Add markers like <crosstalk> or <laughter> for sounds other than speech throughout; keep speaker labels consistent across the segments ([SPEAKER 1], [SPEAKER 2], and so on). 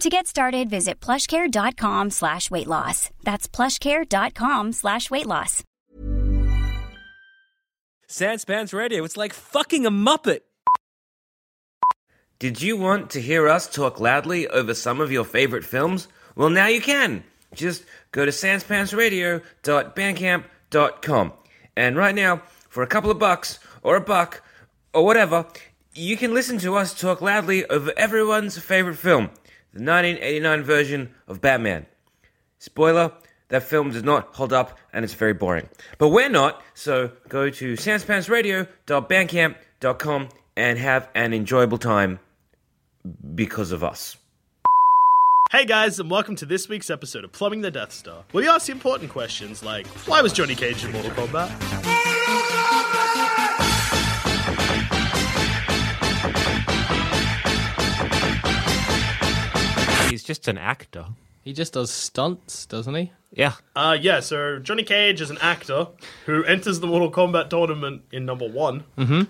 [SPEAKER 1] To get started, visit plushcare.com slash weight loss. That's plushcare.com slash weight loss.
[SPEAKER 2] Sandspans Radio, it's like fucking a Muppet.
[SPEAKER 3] Did you want to hear us talk loudly over some of your favorite films? Well, now you can. Just go to sanspantsradio.bandcamp.com. And right now, for a couple of bucks, or a buck, or whatever, you can listen to us talk loudly over everyone's favorite film the 1989 version of Batman. Spoiler, that film does not hold up and it's very boring. But we're not, so go to sanspantsradio.bandcamp.com and have an enjoyable time because of us.
[SPEAKER 4] Hey guys, and welcome to this week's episode of Plumbing the Death Star. We ask important questions like why was Johnny Cage in Mortal Kombat?
[SPEAKER 5] He's just an actor.
[SPEAKER 6] He just does stunts, doesn't he?
[SPEAKER 5] Yeah.
[SPEAKER 4] Uh, yeah, so Johnny Cage is an actor who enters the Mortal Kombat tournament in number one
[SPEAKER 6] Mm-hmm.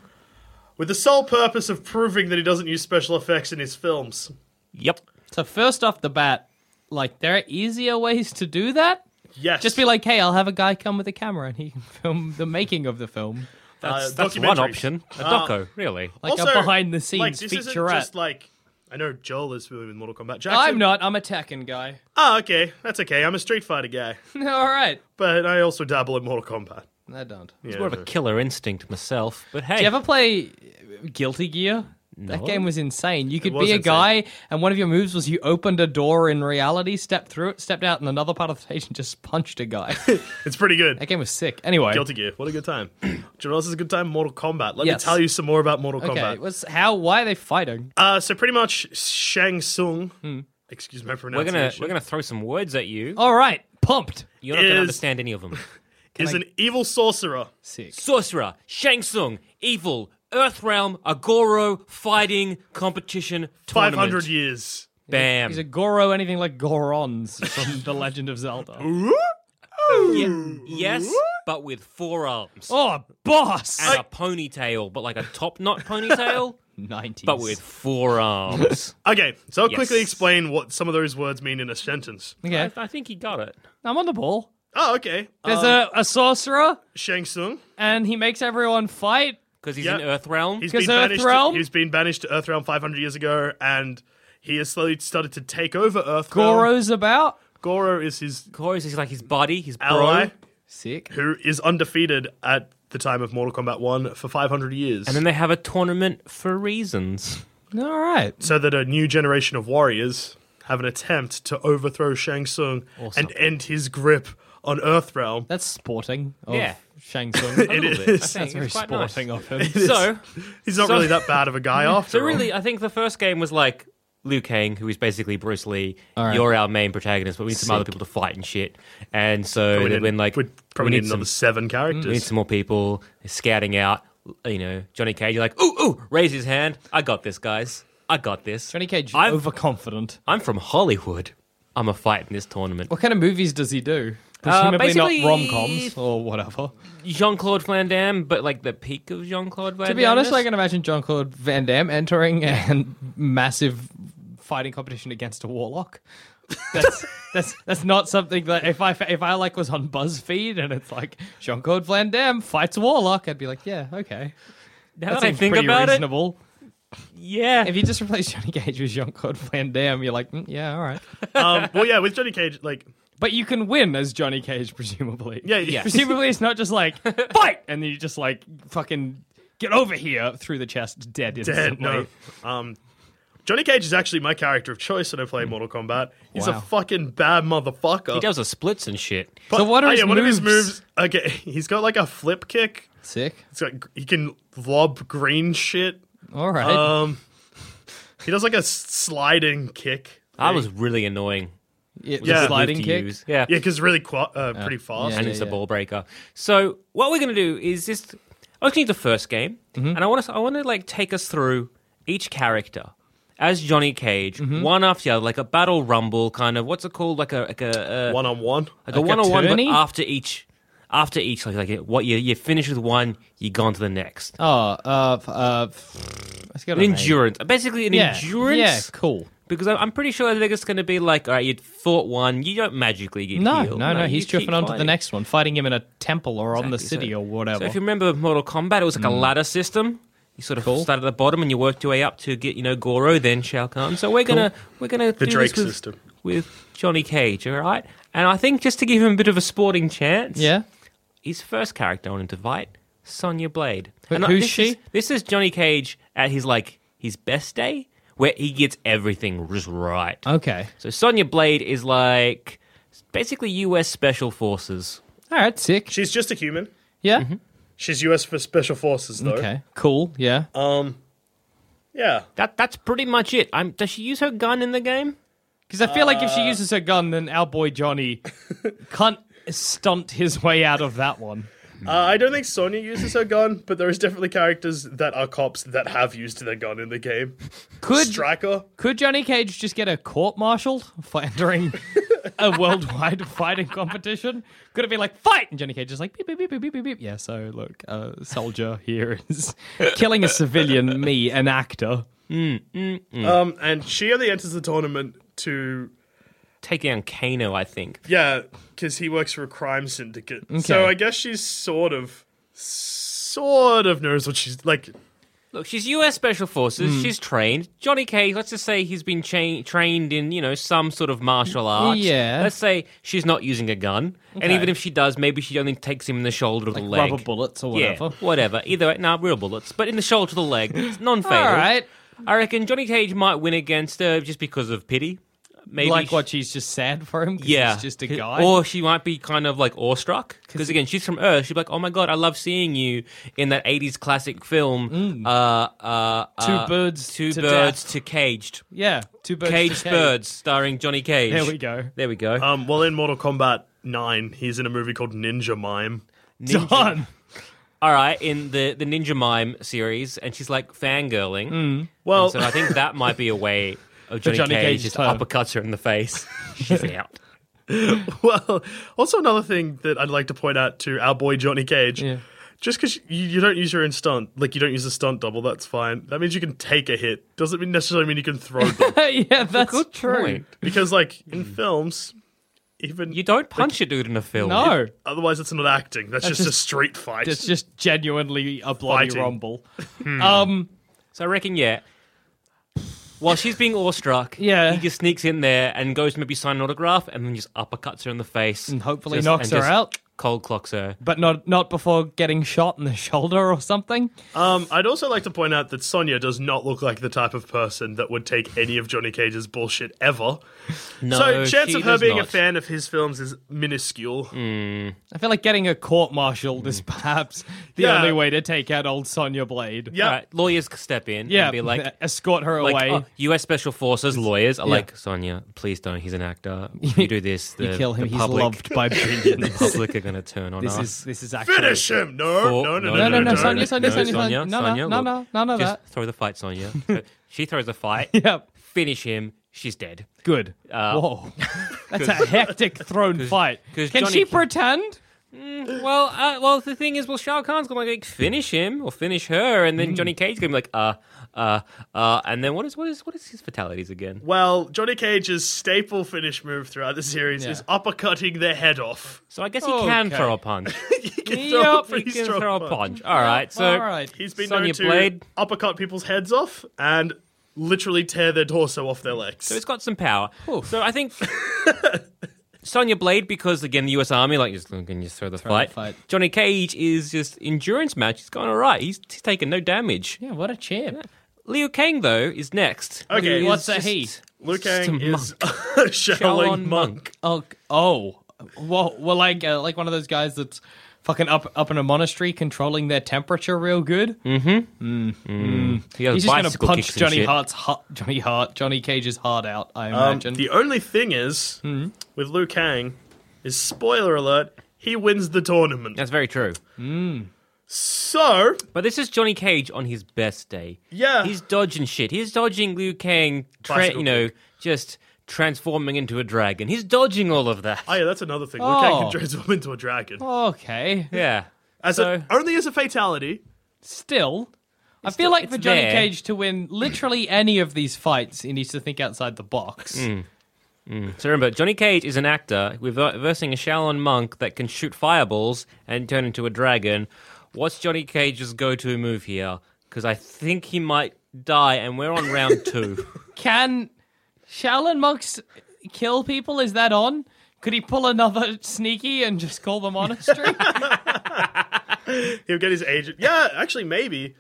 [SPEAKER 4] with the sole purpose of proving that he doesn't use special effects in his films.
[SPEAKER 5] Yep.
[SPEAKER 6] So first off the bat, like there are easier ways to do that.
[SPEAKER 4] Yes.
[SPEAKER 6] Just be like, hey, I'll have a guy come with a camera and he can <laughs> film the making of the film,
[SPEAKER 5] That's,
[SPEAKER 4] Uh,
[SPEAKER 5] that's one
[SPEAKER 4] documentaries.
[SPEAKER 5] option. A
[SPEAKER 4] Ah.
[SPEAKER 5] doco, really.
[SPEAKER 6] like a behind the scenes
[SPEAKER 4] like, this isn't
[SPEAKER 6] featurette.
[SPEAKER 4] just like. I know Joel is familiar with Mortal Kombat. Jackson,
[SPEAKER 6] I'm not. I'm a Tekken guy. <laughs>
[SPEAKER 4] Oh, okay. That's okay. I'm a Street Fighter guy. <laughs>
[SPEAKER 6] All right.
[SPEAKER 4] But I also dabble in Mortal Kombat.
[SPEAKER 6] I don't.
[SPEAKER 5] It's more of a killer instinct myself. But hey,
[SPEAKER 6] Do you ever play Guilty Gear? That game was insane. You could be
[SPEAKER 4] was
[SPEAKER 6] a
[SPEAKER 4] insane.
[SPEAKER 6] guy, and one of your moves was you opened a door in reality, stepped through it, stepped out in another part of the stage, <laughs> and just punched
[SPEAKER 4] <laughs>
[SPEAKER 6] a guy.
[SPEAKER 4] It's pretty good.
[SPEAKER 6] that game was sick. Anyway,
[SPEAKER 4] Guilty Gear. What a good time. <clears throat> Do you know what else is a good time? Mortal Kombat. Let
[SPEAKER 6] Yes.
[SPEAKER 4] me tell you some more about Mortal
[SPEAKER 6] Okay,
[SPEAKER 4] Kombat.
[SPEAKER 6] what's how? Why are they fighting?
[SPEAKER 4] Uh, so pretty much Shang Tsung. Excuse my
[SPEAKER 5] Hmm. we're
[SPEAKER 4] pronunciation. Oh.
[SPEAKER 5] gonna we're gonna throw some words at you.
[SPEAKER 6] All right, pumped.
[SPEAKER 5] You're not gonna
[SPEAKER 4] is-
[SPEAKER 5] understand any of them.
[SPEAKER 4] is an evil sorcerer.
[SPEAKER 6] Sick.
[SPEAKER 5] Sorcerer, Shang Tsung, evil, Earthrealm, Agoro, fighting competition
[SPEAKER 4] Five
[SPEAKER 5] tournament.
[SPEAKER 4] hundred years.
[SPEAKER 5] Bam.
[SPEAKER 6] Is a Goro anything like Gorons <laughs> from The Legend of Zelda?
[SPEAKER 4] Hmm.
[SPEAKER 5] Ye- yes, but with four arms
[SPEAKER 6] Oh, boss!
[SPEAKER 5] and a ponytail, but like a top knot <laughs> ponytail,
[SPEAKER 6] Nineties,
[SPEAKER 5] but with four arms.
[SPEAKER 4] Okay, so I'll
[SPEAKER 5] Yes.
[SPEAKER 4] quickly explain what some of those words mean in a sentence.
[SPEAKER 6] okay.
[SPEAKER 5] I, I think he got it.
[SPEAKER 6] I'm on the ball.
[SPEAKER 4] Oh, okay.
[SPEAKER 6] There's
[SPEAKER 4] Um,
[SPEAKER 6] a, a sorcerer,
[SPEAKER 4] Shang Tsung.
[SPEAKER 6] and he makes everyone fight.
[SPEAKER 5] Because he's
[SPEAKER 4] Yeah.
[SPEAKER 5] in Earthrealm.
[SPEAKER 4] He's
[SPEAKER 6] 'Cause
[SPEAKER 4] been banished.
[SPEAKER 6] Earthrealm?
[SPEAKER 4] he's been banished to Earthrealm five hundred years ago, and he has slowly started to take over Earthrealm.
[SPEAKER 6] Goro's about
[SPEAKER 4] Goro is his
[SPEAKER 5] Chorus is like his buddy, his
[SPEAKER 4] ally,
[SPEAKER 5] bro.
[SPEAKER 6] sick.
[SPEAKER 4] who is undefeated at the time of Mortal Kombat One for five hundred years.
[SPEAKER 5] And then they have a tournament for reasons.
[SPEAKER 6] All right.
[SPEAKER 4] so that a new generation of warriors have an attempt to overthrow Shang Tsung and end his grip on Earthrealm.
[SPEAKER 6] That's sporting. Of
[SPEAKER 5] Yeah.
[SPEAKER 6] Shang <laughs> Tsung.
[SPEAKER 5] A little bit. I think
[SPEAKER 6] That's very
[SPEAKER 5] it's quite nice.
[SPEAKER 6] sporting of him.
[SPEAKER 4] <laughs>
[SPEAKER 5] So,
[SPEAKER 4] He's not
[SPEAKER 5] So-
[SPEAKER 4] really that bad of a
[SPEAKER 6] <laughs>
[SPEAKER 4] guy after
[SPEAKER 5] so
[SPEAKER 4] all.
[SPEAKER 5] really, I think the first game was like Liu Kang, who is basically Bruce Lee.
[SPEAKER 6] right.
[SPEAKER 5] You're our main protagonist, but we need some other people to fight and shit. And so
[SPEAKER 4] We
[SPEAKER 5] they
[SPEAKER 4] didn't-
[SPEAKER 5] went like
[SPEAKER 4] we'd probably
[SPEAKER 5] we
[SPEAKER 4] need
[SPEAKER 5] need
[SPEAKER 4] another
[SPEAKER 5] some,
[SPEAKER 4] seven characters.
[SPEAKER 5] we
[SPEAKER 4] <laughs>
[SPEAKER 5] need some more people scouting out. You know, Johnny Cage. You're like, ooh, ooh, raise his hand. I got this, guys. I got this.
[SPEAKER 6] Johnny Cage
[SPEAKER 5] I've-
[SPEAKER 6] overconfident.
[SPEAKER 5] I'm from Hollywood. I'm a fight in this tournament.
[SPEAKER 6] What kind of movies does he do? Presumably not
[SPEAKER 5] basically-
[SPEAKER 6] rom coms or whatever.
[SPEAKER 5] Jean Claude Van Damme, but like the peak of Jean Claude Van Damme.
[SPEAKER 6] To be honest, I can imagine John Claude Van Damme entering and massive fighting competition against a warlock. That's that's that's not something that if I if I like was on BuzzFeed and it's like Jean Claude Van Damme fights a warlock, I'd be like, yeah, okay,
[SPEAKER 5] now
[SPEAKER 6] that
[SPEAKER 5] that I
[SPEAKER 6] seems
[SPEAKER 5] think
[SPEAKER 6] pretty
[SPEAKER 5] about
[SPEAKER 6] reasonable.
[SPEAKER 5] it, yeah,
[SPEAKER 6] If you just replace Johnny Cage with Jean Claude Van Damme, you're like, mm, yeah, all right.
[SPEAKER 5] <laughs>
[SPEAKER 4] um, well, yeah, with Johnny Cage, like
[SPEAKER 6] But you can win as Johnny Cage, presumably.
[SPEAKER 4] Yeah, yeah.
[SPEAKER 6] <laughs> Presumably, it's not just like fight, and then you just like fucking get over here through the chest, dead
[SPEAKER 4] Dead,
[SPEAKER 6] instantly.
[SPEAKER 4] no. Um, Johnny Cage is actually my character of choice when I play Mortal Kombat. He's
[SPEAKER 6] Wow.
[SPEAKER 4] a fucking bad motherfucker.
[SPEAKER 5] He does the splits and shit.
[SPEAKER 4] But-
[SPEAKER 6] So what are
[SPEAKER 4] oh,
[SPEAKER 6] his
[SPEAKER 4] yeah, one of his
[SPEAKER 6] moves?
[SPEAKER 4] moves? Okay, <laughs> he's got like a flip kick.
[SPEAKER 6] Sick.
[SPEAKER 4] It's like he can lob green shit.
[SPEAKER 6] All right.
[SPEAKER 4] Um, he does like a s- sliding kick.
[SPEAKER 5] I was really annoying.
[SPEAKER 6] yeah, the
[SPEAKER 4] yeah.
[SPEAKER 5] move
[SPEAKER 6] sliding
[SPEAKER 5] to
[SPEAKER 6] kick.
[SPEAKER 5] use. Yeah.
[SPEAKER 4] Yeah, because really qua uh, pretty fast.
[SPEAKER 6] yeah,
[SPEAKER 5] and
[SPEAKER 6] yeah.
[SPEAKER 5] it's a ball breaker. So what we're going to do is just I was going to do the first game,
[SPEAKER 6] Mm-hmm.
[SPEAKER 5] and I want to I want to like take us through each character as Johnny Cage,
[SPEAKER 6] Mm-hmm.
[SPEAKER 5] one after the other, like a battle rumble kind of. What's it called? Like a like a, a
[SPEAKER 4] One on one.
[SPEAKER 5] like a one on one, but
[SPEAKER 6] tourney?
[SPEAKER 5] after each after each like like what you you finish with one, you go on to the next.
[SPEAKER 6] Oh, uh, f- uh, let's get
[SPEAKER 5] An endurance, basically an
[SPEAKER 6] Yeah.
[SPEAKER 5] endurance.
[SPEAKER 6] Yeah, cool.
[SPEAKER 5] Because I- I'm pretty sure that it's going to be like, all right, you fought one, you don't magically get
[SPEAKER 6] No,
[SPEAKER 5] healed.
[SPEAKER 6] no, no.
[SPEAKER 5] you
[SPEAKER 6] He's
[SPEAKER 5] keep
[SPEAKER 6] chuffing on to the
[SPEAKER 5] fighting.
[SPEAKER 6] next one, fighting him in a temple or on the
[SPEAKER 5] Exactly.
[SPEAKER 6] city
[SPEAKER 5] So-
[SPEAKER 6] or whatever. Mm.
[SPEAKER 5] So if you remember Mortal Kombat, it was like a ladder system. You sort of start at the bottom and you worked your way up to get you know Goro, then Shao Kahn. So we're gonna we're gonna do
[SPEAKER 4] Drake
[SPEAKER 5] this with,
[SPEAKER 4] system.
[SPEAKER 5] with Johnny Cage, all right? And I think just to give him a bit of a sporting chance,
[SPEAKER 6] yeah.
[SPEAKER 5] his first character I wanted to fight, Sonya Blade.
[SPEAKER 6] Who-
[SPEAKER 5] I-
[SPEAKER 6] who's
[SPEAKER 5] this
[SPEAKER 6] she?
[SPEAKER 5] Is, this is Johnny Cage at his like his best day, where he gets everything just right.
[SPEAKER 6] Okay.
[SPEAKER 5] So Sonya Blade is like basically U.S. Special Forces.
[SPEAKER 6] All right. Sick.
[SPEAKER 4] She's just a human.
[SPEAKER 6] Yeah.
[SPEAKER 5] Mm-hmm.
[SPEAKER 4] She's US for Special Forces, though.
[SPEAKER 6] Okay. Cool. Yeah.
[SPEAKER 4] Um, yeah.
[SPEAKER 5] That that's pretty much it. I'm, does she use her gun in the game?
[SPEAKER 6] Because I feel like if she uses her gun, then our
[SPEAKER 4] <laughs>
[SPEAKER 6] boy Johnny can't stunt his way out of that one.
[SPEAKER 4] Uh, I don't think Sonya uses her gun, but there is definitely characters that are cops that have used their gun in the game.
[SPEAKER 6] Could
[SPEAKER 4] Striker.
[SPEAKER 6] could Johnny Cage just get a court martialed for entering
[SPEAKER 5] <laughs>
[SPEAKER 6] a worldwide fighting competition? Could it be like fight? And Johnny Cage is like beep beep beep beep beep beep. beep. Yeah. So look, a soldier here is killing
[SPEAKER 5] <laughs>
[SPEAKER 6] a civilian. Me, an actor.
[SPEAKER 4] Um, and she only enters the tournament to
[SPEAKER 5] Take down Kano, I think.
[SPEAKER 4] yeah, because he works for a crime syndicate. So
[SPEAKER 6] Okay.
[SPEAKER 4] I guess she's sort of, sort of knows what she's like.
[SPEAKER 5] Look, she's U.S. Special Forces.
[SPEAKER 6] Hmm.
[SPEAKER 5] She's trained. Johnny Cage, let's just say he's been cha- trained in you know some sort of martial arts.
[SPEAKER 6] Mm, yeah.
[SPEAKER 5] Let's say she's not using a gun, and
[SPEAKER 6] Okay.
[SPEAKER 5] even if she does, maybe she only takes him in the shoulder or the leg.
[SPEAKER 6] Rubber bullets or
[SPEAKER 5] Yeah,
[SPEAKER 6] whatever.
[SPEAKER 5] whatever. Either way, nah, real bullets, but in the shoulder to the
[SPEAKER 6] <laughs>
[SPEAKER 5] leg, it's non-fatal.
[SPEAKER 6] All right.
[SPEAKER 5] I reckon Johnny Cage might win against her just because of pity. Maybe
[SPEAKER 6] like
[SPEAKER 5] she-
[SPEAKER 6] what she's just sad for him. 'cause he's just a guy.
[SPEAKER 5] Or she might be kind of like awestruck because again, she's from Earth. She'd be like, "Oh my god, I love seeing you in that '80s classic film, uh, uh,
[SPEAKER 6] Mm. two
[SPEAKER 5] uh,
[SPEAKER 6] birds,
[SPEAKER 5] two
[SPEAKER 6] to
[SPEAKER 5] birds
[SPEAKER 6] death.
[SPEAKER 5] to caged,
[SPEAKER 6] yeah, two birds, to
[SPEAKER 5] caged
[SPEAKER 6] cage.
[SPEAKER 5] birds, starring Johnny Cage."
[SPEAKER 6] There we go. Uh,
[SPEAKER 5] There we go.
[SPEAKER 4] Um, well, in Mortal Kombat Nine, he's in a movie called Ninja Mime.
[SPEAKER 5] Ninja.
[SPEAKER 6] Done. <laughs>
[SPEAKER 5] All right, in the the Ninja Mime series, and she's like fangirling.
[SPEAKER 4] Well,
[SPEAKER 5] So I think that might be a way
[SPEAKER 6] <laughs>
[SPEAKER 5] of Johnny,
[SPEAKER 6] Mm. Johnny
[SPEAKER 5] Cage
[SPEAKER 6] Cage
[SPEAKER 5] just
[SPEAKER 6] time.
[SPEAKER 5] uppercuts her in the
[SPEAKER 6] <laughs>
[SPEAKER 5] face. She's out.
[SPEAKER 4] <laughs> well, also another thing that I'd like to point out to our boy Johnny Cage.
[SPEAKER 6] Yeah.
[SPEAKER 4] Just because you, you don't use your own stunt, like you don't use a stunt double, that's fine. That means you can take a hit. Doesn't mean necessarily mean you can throw them.
[SPEAKER 6] <laughs> yeah, that's
[SPEAKER 5] good
[SPEAKER 6] true.
[SPEAKER 5] point.
[SPEAKER 4] because, like in films, even
[SPEAKER 5] You don't punch a dude in a film.
[SPEAKER 6] No,
[SPEAKER 4] Otherwise, it's not acting. That's, just, a street fight.
[SPEAKER 6] it's just genuinely a bloody
[SPEAKER 4] Fighting.
[SPEAKER 6] rumble. um,
[SPEAKER 5] So I reckon, yeah. While she's being awestruck,
[SPEAKER 6] Yeah.
[SPEAKER 5] he just sneaks in there and goes to maybe sign an autograph and then just uppercuts her in the face.
[SPEAKER 6] and hopefully
[SPEAKER 5] Just-
[SPEAKER 6] knocks
[SPEAKER 5] and
[SPEAKER 6] her
[SPEAKER 5] just
[SPEAKER 6] out,
[SPEAKER 5] Cold clocks her.
[SPEAKER 6] but not not before getting shot in the shoulder or something.
[SPEAKER 4] Um, I'd also like to point out that Sonya does not look like the type of person that would take any of Johnny Cage's bullshit ever.
[SPEAKER 5] No,
[SPEAKER 4] so, chance
[SPEAKER 5] she
[SPEAKER 4] of her
[SPEAKER 5] does
[SPEAKER 4] being
[SPEAKER 5] not.
[SPEAKER 4] a fan of his films is minuscule.
[SPEAKER 6] I feel like getting a court martialed
[SPEAKER 4] <laughs>
[SPEAKER 6] is perhaps
[SPEAKER 4] Hmm.
[SPEAKER 6] the
[SPEAKER 4] Yeah.
[SPEAKER 6] only way to take out old Sonya Blade.
[SPEAKER 4] Yeah,
[SPEAKER 5] All right, lawyers step in
[SPEAKER 6] yeah,
[SPEAKER 5] and be like,
[SPEAKER 6] escort
[SPEAKER 5] <laughs>
[SPEAKER 6] her
[SPEAKER 5] like
[SPEAKER 6] away.
[SPEAKER 5] oh, U.S. Special Forces lawyers are like, Sonia, please don't. He's an
[SPEAKER 6] <laughs>
[SPEAKER 5] actor. If you do this, the,
[SPEAKER 6] you kill him.
[SPEAKER 5] the
[SPEAKER 6] He's
[SPEAKER 5] public,
[SPEAKER 6] loved
[SPEAKER 5] <laughs>
[SPEAKER 6] by
[SPEAKER 5] The
[SPEAKER 6] billions.
[SPEAKER 5] public are going to turn on
[SPEAKER 6] <laughs> this
[SPEAKER 5] us.
[SPEAKER 6] is this is actually
[SPEAKER 4] finish him. No,
[SPEAKER 5] Or-
[SPEAKER 4] no, no,
[SPEAKER 6] No, no, no,
[SPEAKER 4] no,
[SPEAKER 6] Sonya,
[SPEAKER 4] no.
[SPEAKER 6] Sonya,
[SPEAKER 5] Sonia,
[SPEAKER 6] Sonya, Sonia, no, no,
[SPEAKER 5] Sonia,
[SPEAKER 6] no,
[SPEAKER 5] look,
[SPEAKER 6] no, none of
[SPEAKER 5] just
[SPEAKER 6] that.
[SPEAKER 5] throw the fight,
[SPEAKER 6] <laughs>
[SPEAKER 5] Sonia. she throws the fight.
[SPEAKER 6] <laughs> Yep.
[SPEAKER 5] Finish him. She's dead.
[SPEAKER 6] Good.
[SPEAKER 5] <laughs>
[SPEAKER 6] Whoa, <laughs> that's a hectic thrown fight.
[SPEAKER 5] Uh, 'cause
[SPEAKER 6] Can
[SPEAKER 5] Johnny
[SPEAKER 6] she
[SPEAKER 5] Ca-
[SPEAKER 6] pretend?
[SPEAKER 5] Well, uh, well, the thing is, well, Shao Kahn's gonna like finish him or finish her, and then Johnny Cage's gonna be like, uh, uh, uh, and then what is what is what is his fatalities again?
[SPEAKER 4] Well, Johnny Cage's staple finish move throughout the series
[SPEAKER 6] Yeah.
[SPEAKER 4] is uppercutting their head off.
[SPEAKER 5] So I guess he can
[SPEAKER 6] Okay.
[SPEAKER 5] throw a punch. <laughs>
[SPEAKER 4] He can
[SPEAKER 6] Yup,
[SPEAKER 4] throw a
[SPEAKER 5] Oh, he
[SPEAKER 4] pretty
[SPEAKER 5] can
[SPEAKER 4] strong
[SPEAKER 5] throw a
[SPEAKER 4] punch.
[SPEAKER 5] punch. All right, so
[SPEAKER 6] All right.
[SPEAKER 4] He's been
[SPEAKER 5] Sonya
[SPEAKER 4] known to
[SPEAKER 5] Blade.
[SPEAKER 4] uppercut people's heads off and literally tear their torso off their legs.
[SPEAKER 5] so it's got some power. So I think <laughs> Sonya Blade because again the U.S. Army like just can just throw the fight.
[SPEAKER 6] fight.
[SPEAKER 5] Johnny Cage is just endurance match. He's going all right. He's, he's taking no damage.
[SPEAKER 6] Yeah, what a champ.
[SPEAKER 5] Leo Kang though is next.
[SPEAKER 4] Okay,
[SPEAKER 5] Who is
[SPEAKER 6] what's a
[SPEAKER 5] just
[SPEAKER 6] he?
[SPEAKER 4] Liu
[SPEAKER 5] just a
[SPEAKER 4] Kang is
[SPEAKER 5] monk.
[SPEAKER 4] <laughs> a Shaolin monk.
[SPEAKER 6] Oh, g- oh, whoa! Well, like uh, like one of those guys that's fucking up up in a monastery, controlling their temperature real good.
[SPEAKER 5] He has
[SPEAKER 6] He's just gonna
[SPEAKER 5] Mm, bicycle
[SPEAKER 6] punch
[SPEAKER 5] kicks and
[SPEAKER 6] Johnny
[SPEAKER 5] shit.
[SPEAKER 6] Hart's heart, Johnny Hart, Johnny Cage's heart out. I
[SPEAKER 4] Um,
[SPEAKER 6] imagine.
[SPEAKER 4] the only thing is with Liu Kang is spoiler alert. He wins the tournament.
[SPEAKER 5] That's very true.
[SPEAKER 4] So
[SPEAKER 5] But this is Johnny Cage on his best day.
[SPEAKER 4] Yeah.
[SPEAKER 5] He's dodging shit. He's dodging Liu Kang, tra-
[SPEAKER 4] Bicycle
[SPEAKER 5] you know, just transforming into a dragon. He's dodging all of that.
[SPEAKER 4] Oh yeah, that's another thing. Liu Kang
[SPEAKER 6] Oh.
[SPEAKER 4] can <laughs> transform into a dragon.
[SPEAKER 6] okay,
[SPEAKER 5] <laughs> yeah.
[SPEAKER 4] As
[SPEAKER 5] so,
[SPEAKER 4] a, only as a fatality.
[SPEAKER 6] still. I feel like for
[SPEAKER 5] it's
[SPEAKER 6] Johnny
[SPEAKER 5] there.
[SPEAKER 6] Cage to win literally any of these fights, he needs to think outside the box.
[SPEAKER 5] Mm. so remember, Johnny Cage is an actor reversing a Shaolin monk that can shoot fireballs and turn into a dragon. What's Johnny Cage's go-to move here? Because I think he might die, and we're on round two.
[SPEAKER 6] Can Shaolin monks kill people? Is that on? Could he pull another sneaky and just call the monastery?
[SPEAKER 4] He'll get his agent. Yeah, actually, maybe.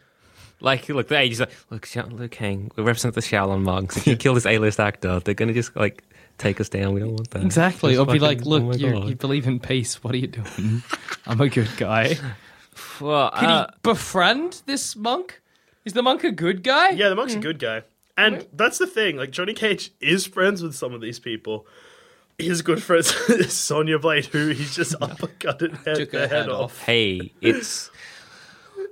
[SPEAKER 5] Like, look, the age's like, look, Sha- Liu Kang, we represent the Shaolin monks. If you kill this A-list actor, they're gonna just like take us down. We don't want that.
[SPEAKER 6] Exactly.
[SPEAKER 5] Just
[SPEAKER 6] I'll be
[SPEAKER 5] fucking-
[SPEAKER 6] like,
[SPEAKER 5] oh my
[SPEAKER 6] look, you
[SPEAKER 5] God."
[SPEAKER 6] you believe in peace. What are you doing? I'm a good
[SPEAKER 5] <laughs>
[SPEAKER 6] guy. Can
[SPEAKER 5] Well, uh,
[SPEAKER 6] he befriend this monk? Is the monk a good guy?
[SPEAKER 4] Yeah, the monk's a good guy. And that's the thing. Like Johnny Cage is friends with some of these people. His good friends <laughs> is Sonya Blade, who he's just uppercutted head,
[SPEAKER 6] Took her
[SPEAKER 4] their head
[SPEAKER 6] head
[SPEAKER 4] off.
[SPEAKER 5] hey, it's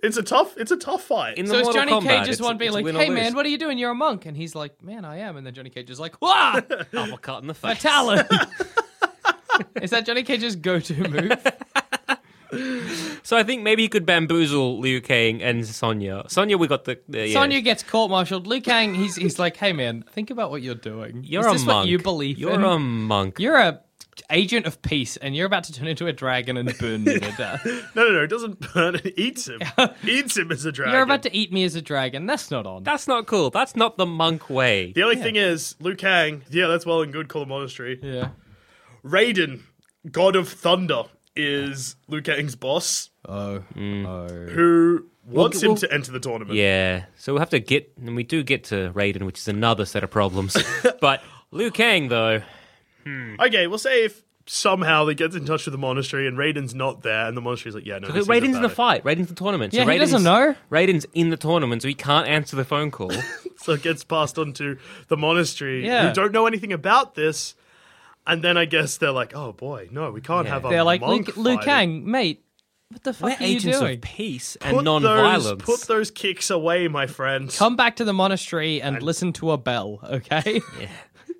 [SPEAKER 4] It's a tough. It's a tough fight.
[SPEAKER 5] in the
[SPEAKER 6] So it's
[SPEAKER 5] Mortal
[SPEAKER 6] Johnny
[SPEAKER 5] Kombat,
[SPEAKER 6] Cage
[SPEAKER 5] it's-
[SPEAKER 6] just one being
[SPEAKER 5] it's
[SPEAKER 6] like,
[SPEAKER 5] win or
[SPEAKER 6] hey
[SPEAKER 5] lose.
[SPEAKER 6] man, what are you doing? You're a monk. And he's like, man, I am. And then Johnny Cage is like, wah,
[SPEAKER 5] uppercut in the
[SPEAKER 6] a
[SPEAKER 5] face.
[SPEAKER 6] talent. <laughs> is that Johnny Cage's
[SPEAKER 5] <laughs>
[SPEAKER 6] go to move?
[SPEAKER 5] So I think maybe he could bamboozle Liu Kang and Sonya. Sonya, we got the, the yeah.
[SPEAKER 6] Sonya gets court martialed. Liu Kang, he's, he's like, hey man, think about what you're doing.
[SPEAKER 5] You're
[SPEAKER 6] is this
[SPEAKER 5] a monk.
[SPEAKER 6] what you believe
[SPEAKER 5] You're
[SPEAKER 6] in?
[SPEAKER 5] a monk.
[SPEAKER 6] you're a agent of peace and you're about to turn into a dragon and burn
[SPEAKER 5] <laughs>
[SPEAKER 6] me to death.
[SPEAKER 4] no, no, no. It doesn't burn. It eats him. eats him as a dragon.
[SPEAKER 6] You're about to eat me as a dragon. That's not on.
[SPEAKER 5] That's not cool. That's not the monk way.
[SPEAKER 4] the only thing is, Liu Kang. Yeah, that's well and good. Call the monastery.
[SPEAKER 6] yeah.
[SPEAKER 4] Raiden, God of Thunder, is Liu Kang's boss,
[SPEAKER 6] Oh.
[SPEAKER 4] who wants
[SPEAKER 5] well-
[SPEAKER 4] him to enter the tournament.
[SPEAKER 5] Yeah. So we'll have to get, and we do get to Raiden, which is another set of problems. <laughs> but Liu Kang, though,
[SPEAKER 4] Okay, we'll say if somehow they get in touch with the monastery and Raiden's not there, and the monastery's like, yeah, no. this
[SPEAKER 5] Because
[SPEAKER 4] isn't
[SPEAKER 5] Raiden's in the
[SPEAKER 4] valid.
[SPEAKER 5] fight. Raiden's in the tournament.
[SPEAKER 6] Yeah,
[SPEAKER 5] so
[SPEAKER 6] he
[SPEAKER 5] Raiden's,
[SPEAKER 6] doesn't know.
[SPEAKER 5] Raiden's in the tournament, so he can't answer the phone
[SPEAKER 6] <laughs>
[SPEAKER 5] call.
[SPEAKER 4] so it gets passed on to the monastery
[SPEAKER 6] Yeah.
[SPEAKER 4] who don't know anything about this. And then I guess they're like, oh boy, no, we can't have a
[SPEAKER 6] They're like, Liu,
[SPEAKER 4] monk
[SPEAKER 6] Liu
[SPEAKER 4] fighting.
[SPEAKER 6] Kang, mate, what the fuck
[SPEAKER 5] We're
[SPEAKER 6] are you
[SPEAKER 5] agents
[SPEAKER 6] doing?
[SPEAKER 5] of peace
[SPEAKER 4] Put
[SPEAKER 5] and non-violence.
[SPEAKER 4] Those, put those kicks away, my friend.
[SPEAKER 6] Come back to the monastery and listen to a bell, okay? <laughs> Yeah,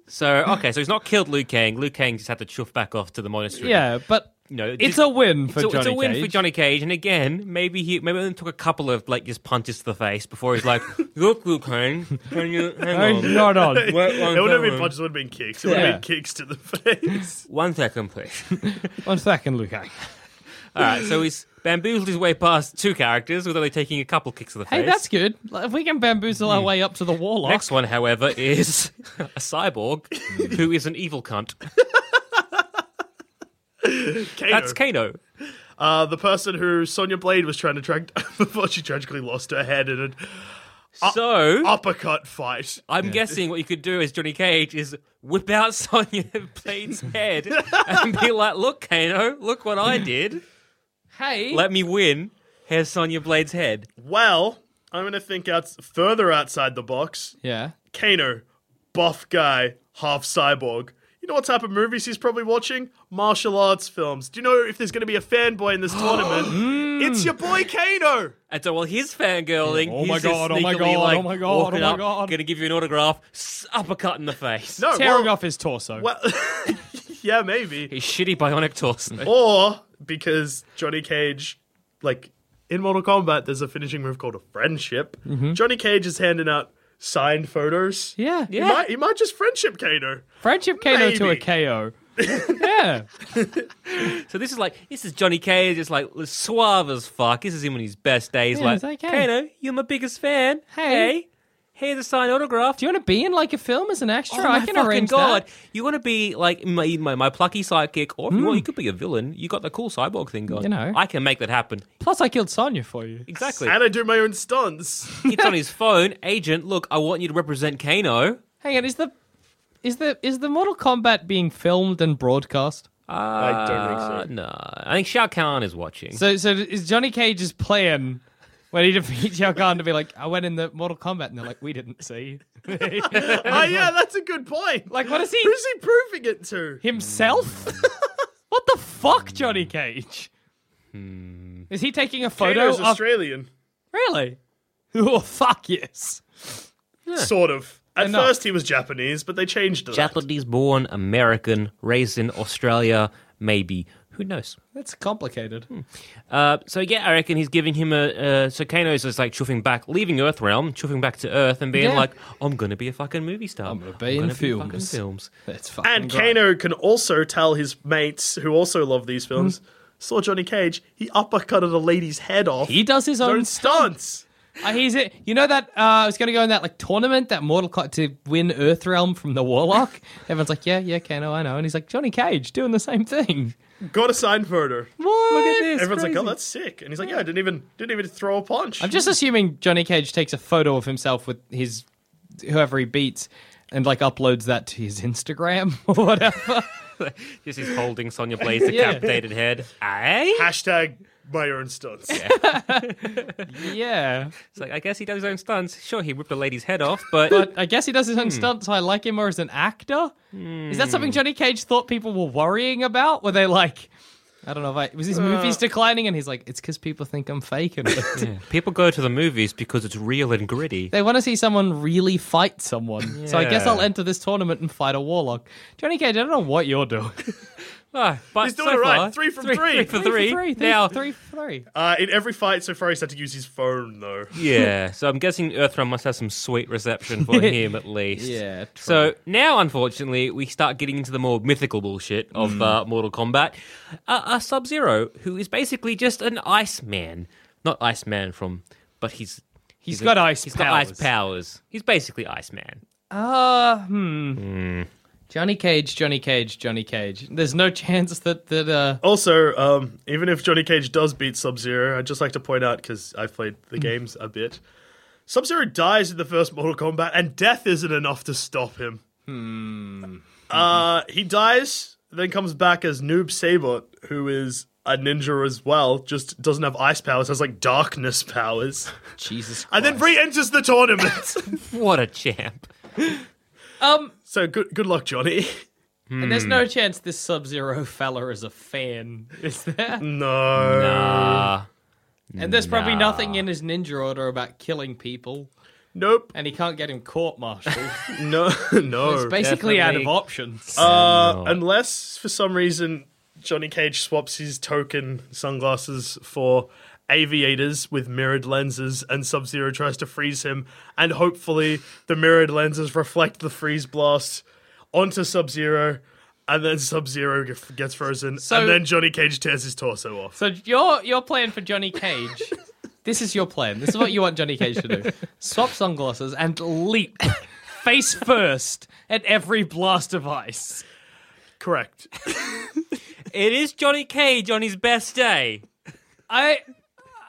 [SPEAKER 5] so okay, so he's not killed Liu Kang. Liu Kang just had to chuff back off to the monastery.
[SPEAKER 6] but
[SPEAKER 5] No, it
[SPEAKER 6] it's
[SPEAKER 5] did-
[SPEAKER 6] a win for
[SPEAKER 5] So
[SPEAKER 6] Johnny
[SPEAKER 5] it's a win for
[SPEAKER 6] Cage.
[SPEAKER 5] Johnny Cage, and again, maybe he maybe only took a couple of like just punches to the face before
[SPEAKER 6] <laughs>
[SPEAKER 5] he's like, "Look, Liu Kang, can you hang
[SPEAKER 6] Hey,
[SPEAKER 5] on?
[SPEAKER 6] <laughs>
[SPEAKER 5] <laughs>
[SPEAKER 6] not on.
[SPEAKER 5] Wait
[SPEAKER 4] it
[SPEAKER 5] one
[SPEAKER 4] would have been
[SPEAKER 5] second.
[SPEAKER 4] punches, it would have been kicks. It would have
[SPEAKER 6] Yeah.
[SPEAKER 4] been kicks to the <laughs> face.
[SPEAKER 5] One second, please."
[SPEAKER 6] One second, Liu Kang.
[SPEAKER 5] All right, so he's bamboozled his way past two characters with only taking a couple kicks to the
[SPEAKER 6] Hey,
[SPEAKER 5] face. Hmm.
[SPEAKER 6] that's good. Like, If we can bamboozle our way up to the warlock,
[SPEAKER 5] Next one, however, is <laughs> a cyborg
[SPEAKER 6] Hmm.
[SPEAKER 5] who is an evil cunt.
[SPEAKER 4] Kano,
[SPEAKER 5] That's Kano.
[SPEAKER 4] uh, the person who Sonya Blade was trying to track <laughs> down before she tragically lost her head in an
[SPEAKER 6] Uh,
[SPEAKER 5] so
[SPEAKER 4] uppercut fight.
[SPEAKER 5] I'm guessing what you could do as Johnny Cage is whip out <laughs> Sonya Blade's head and be like, "Look, Kano, look what I did.
[SPEAKER 6] hey,
[SPEAKER 5] Let me win." Here's Sonya Blade's head.
[SPEAKER 4] Well, I'm going to think out further outside the box.
[SPEAKER 6] yeah,
[SPEAKER 4] Kano, buff guy, half cyborg. You know what type of movies he's probably watching? Martial arts films. Do you know if there's going to be a fanboy in
[SPEAKER 6] <gasps>
[SPEAKER 4] this tournament? it's your boy Kano.
[SPEAKER 5] And so while he's fangirling,
[SPEAKER 6] Oh
[SPEAKER 5] he's
[SPEAKER 6] my
[SPEAKER 5] just
[SPEAKER 6] God, oh my
[SPEAKER 5] sneakily,
[SPEAKER 6] God,
[SPEAKER 5] like,
[SPEAKER 6] oh my God,
[SPEAKER 5] walking
[SPEAKER 6] oh my
[SPEAKER 5] up,
[SPEAKER 6] God.
[SPEAKER 5] gonna give you an autograph, s- uppercut in the face.
[SPEAKER 4] No,
[SPEAKER 6] tearing
[SPEAKER 4] well,
[SPEAKER 6] off his torso.
[SPEAKER 4] Well, <laughs> yeah, maybe.
[SPEAKER 5] His shitty bionic
[SPEAKER 6] <laughs>
[SPEAKER 5] torso.
[SPEAKER 4] Or because Johnny Cage, like in Mortal Kombat, there's a finishing move called a friendship. Johnny Cage is handing out signed photos.
[SPEAKER 6] Mm-hmm. yeah,
[SPEAKER 4] He, might, he might just friendship Kano.
[SPEAKER 6] Friendship Kano to a
[SPEAKER 5] <laughs>
[SPEAKER 4] Maybe.
[SPEAKER 6] KO. yeah.
[SPEAKER 5] So this is like this is Johnny Cage. It's like suave as fuck. This is him on his best days.
[SPEAKER 6] Yeah,
[SPEAKER 5] like
[SPEAKER 6] it's like, hey.
[SPEAKER 5] Kano, you're my biggest fan.
[SPEAKER 6] Hey.
[SPEAKER 5] here's a signed autograph.
[SPEAKER 6] Do you want to be in like a film as an extra?
[SPEAKER 5] Oh my
[SPEAKER 6] I can
[SPEAKER 5] fucking
[SPEAKER 6] arrange
[SPEAKER 5] god!
[SPEAKER 6] that. Hmm.
[SPEAKER 5] You want to be like my, my, my plucky sidekick, or if you want, you could be a villain. You got the cool cyborg thing going.
[SPEAKER 6] You know.
[SPEAKER 5] I can make that happen.
[SPEAKER 6] Plus, I killed Sonya for you.
[SPEAKER 5] Exactly.
[SPEAKER 4] And I do my own stunts.
[SPEAKER 5] It's on his phone. Agent, look, I want you to represent Kano.
[SPEAKER 6] Hang on, is the is the is the Mortal Kombat being filmed and broadcast?
[SPEAKER 4] <laughs> I don't think so.
[SPEAKER 5] Uh, no, I think Shao Kahn is watching.
[SPEAKER 6] So, so is Johnny Cage's plan when he defeats Shao Kahn to be like, I went in the Mortal Kombat, and they're like, we didn't see <laughs>
[SPEAKER 4] Oh, yeah, that's a good point.
[SPEAKER 6] Like, what is he-
[SPEAKER 4] Who's he proving it to?
[SPEAKER 6] himself. what the fuck, Johnny Cage? Is he taking a photo
[SPEAKER 4] Kano's
[SPEAKER 6] of
[SPEAKER 4] Australian.
[SPEAKER 6] really? <laughs> Oh fuck yes!
[SPEAKER 4] Sort of. At
[SPEAKER 6] Enough.
[SPEAKER 4] first, he was Japanese, but they changed it.
[SPEAKER 5] Japanese-born American, raised in Australia, maybe. Who knows?
[SPEAKER 6] That's complicated.
[SPEAKER 5] Uh, so yeah, I reckon he's giving him a. Uh, so Kano's just like chuffing back, leaving Earth realm, chuffing back to Earth, and being
[SPEAKER 6] Yeah.
[SPEAKER 5] like, "I'm gonna be a fucking movie star.
[SPEAKER 6] I'm gonna be in
[SPEAKER 5] fucking
[SPEAKER 6] films."
[SPEAKER 5] films."
[SPEAKER 6] That's fucking.
[SPEAKER 4] And
[SPEAKER 6] great.
[SPEAKER 4] Kano can also tell his mates, who also love these films, saw Johnny Cage, he uppercutted a lady's head off.
[SPEAKER 6] He does his
[SPEAKER 4] his
[SPEAKER 6] own
[SPEAKER 4] own stunts.
[SPEAKER 6] Uh, he's it. You know that uh, I was going to go in that like tournament, that Mortal Kombat to win Earthrealm from the <laughs> Warlock. Everyone's like, yeah, yeah, Kano, I know. And he's like, Johnny Cage doing the same thing.
[SPEAKER 4] Got a sign photo.
[SPEAKER 6] What? Look at this.
[SPEAKER 4] Everyone's like, "Oh, that's sick," and he's like, "Yeah, I didn't even didn't even throw a punch."
[SPEAKER 6] I'm just assuming Johnny Cage takes a photo of himself with his whoever he beats and like uploads that to his Instagram <laughs> or whatever.
[SPEAKER 5] Just he's holding Sonya Blade's decapitated head. Aye.
[SPEAKER 4] hashtag my own stunts.
[SPEAKER 6] yeah.
[SPEAKER 5] It's like I guess he does his own stunts. Sure, he ripped a lady's head off, but,
[SPEAKER 6] But I guess he does his own stunts. So I like him more as an actor. Is that something Johnny Cage thought people were worrying about? Were they like, I don't know if I was his movies declining, and he's like, it's because people think I'm faking it.
[SPEAKER 5] people go to the movies because it's real and gritty.
[SPEAKER 6] They want to see someone really fight someone. So I guess
[SPEAKER 5] Yeah.
[SPEAKER 6] I'll enter this tournament and fight a warlock. Johnny Cage, I don't know what you're doing.
[SPEAKER 5] Ah, but
[SPEAKER 4] He's doing
[SPEAKER 5] so
[SPEAKER 4] it right.
[SPEAKER 5] far-
[SPEAKER 4] Three from
[SPEAKER 5] three,
[SPEAKER 4] three.
[SPEAKER 5] for
[SPEAKER 6] for
[SPEAKER 5] three.
[SPEAKER 6] <laughs> three, three
[SPEAKER 5] now,
[SPEAKER 6] for three for three.
[SPEAKER 4] Uh, in every fight so far, he's had to use his phone though.
[SPEAKER 5] yeah. So I'm guessing Earthrealm must have some sweet reception <laughs> for him at least.
[SPEAKER 6] Yeah,
[SPEAKER 5] So now, unfortunately, we start getting into the more mythical bullshit of uh, Mortal Kombat. Uh, uh, Sub Zero, who is basically just an Iceman, not Iceman from, but he's
[SPEAKER 6] he's got
[SPEAKER 5] a-
[SPEAKER 6] ice
[SPEAKER 5] He's
[SPEAKER 6] powers.
[SPEAKER 5] got ice powers. He's basically Iceman.
[SPEAKER 6] Uh, hmm. Johnny Cage, Johnny Cage, Johnny Cage. There's no chance that that uh
[SPEAKER 4] Also, um, even if Johnny Cage does beat Sub Zero, I'd just like to point out because I've played
[SPEAKER 6] Mm.
[SPEAKER 4] the games a bit. Sub Zero dies in the first Mortal Kombat, and death isn't enough to stop him. Hmm. Uh, he dies, then comes back as Noob Sabot, who is a ninja as well. Just doesn't have ice powers, has like darkness powers,
[SPEAKER 6] Jesus.
[SPEAKER 4] and then re-enters the tournament. <laughs>
[SPEAKER 5] What a champ!
[SPEAKER 6] um,
[SPEAKER 4] so good, good luck, Johnny. <laughs>
[SPEAKER 6] and there's no chance this Sub Zero fella is a fan, is there?
[SPEAKER 4] No.
[SPEAKER 5] Ah,
[SPEAKER 6] And there's probably nothing in his ninja order about killing people,
[SPEAKER 4] Nope.
[SPEAKER 6] and he can't get him
[SPEAKER 5] <laughs>
[SPEAKER 6] court-martialed.
[SPEAKER 4] No. <laughs> no.
[SPEAKER 6] it's basically out
[SPEAKER 5] Oh,
[SPEAKER 6] of
[SPEAKER 5] definitely.
[SPEAKER 6] options.
[SPEAKER 4] Uh, unless for some reason Johnny Cage swaps his token sunglasses for aviators with mirrored lenses, and Sub Zero tries to freeze him, and hopefully the mirrored lenses reflect the freeze blast onto Sub Zero. And then Sub Zero gets frozen,
[SPEAKER 6] So-
[SPEAKER 4] and then Johnny Cage tears his torso off.
[SPEAKER 6] So your your plan for Johnny Cage. this is your plan. This is what you want Johnny Cage to <laughs> do. Swap sunglasses and leap face first at every blast of ice.
[SPEAKER 4] Correct.
[SPEAKER 5] it is Johnny Cage on his best day,
[SPEAKER 6] I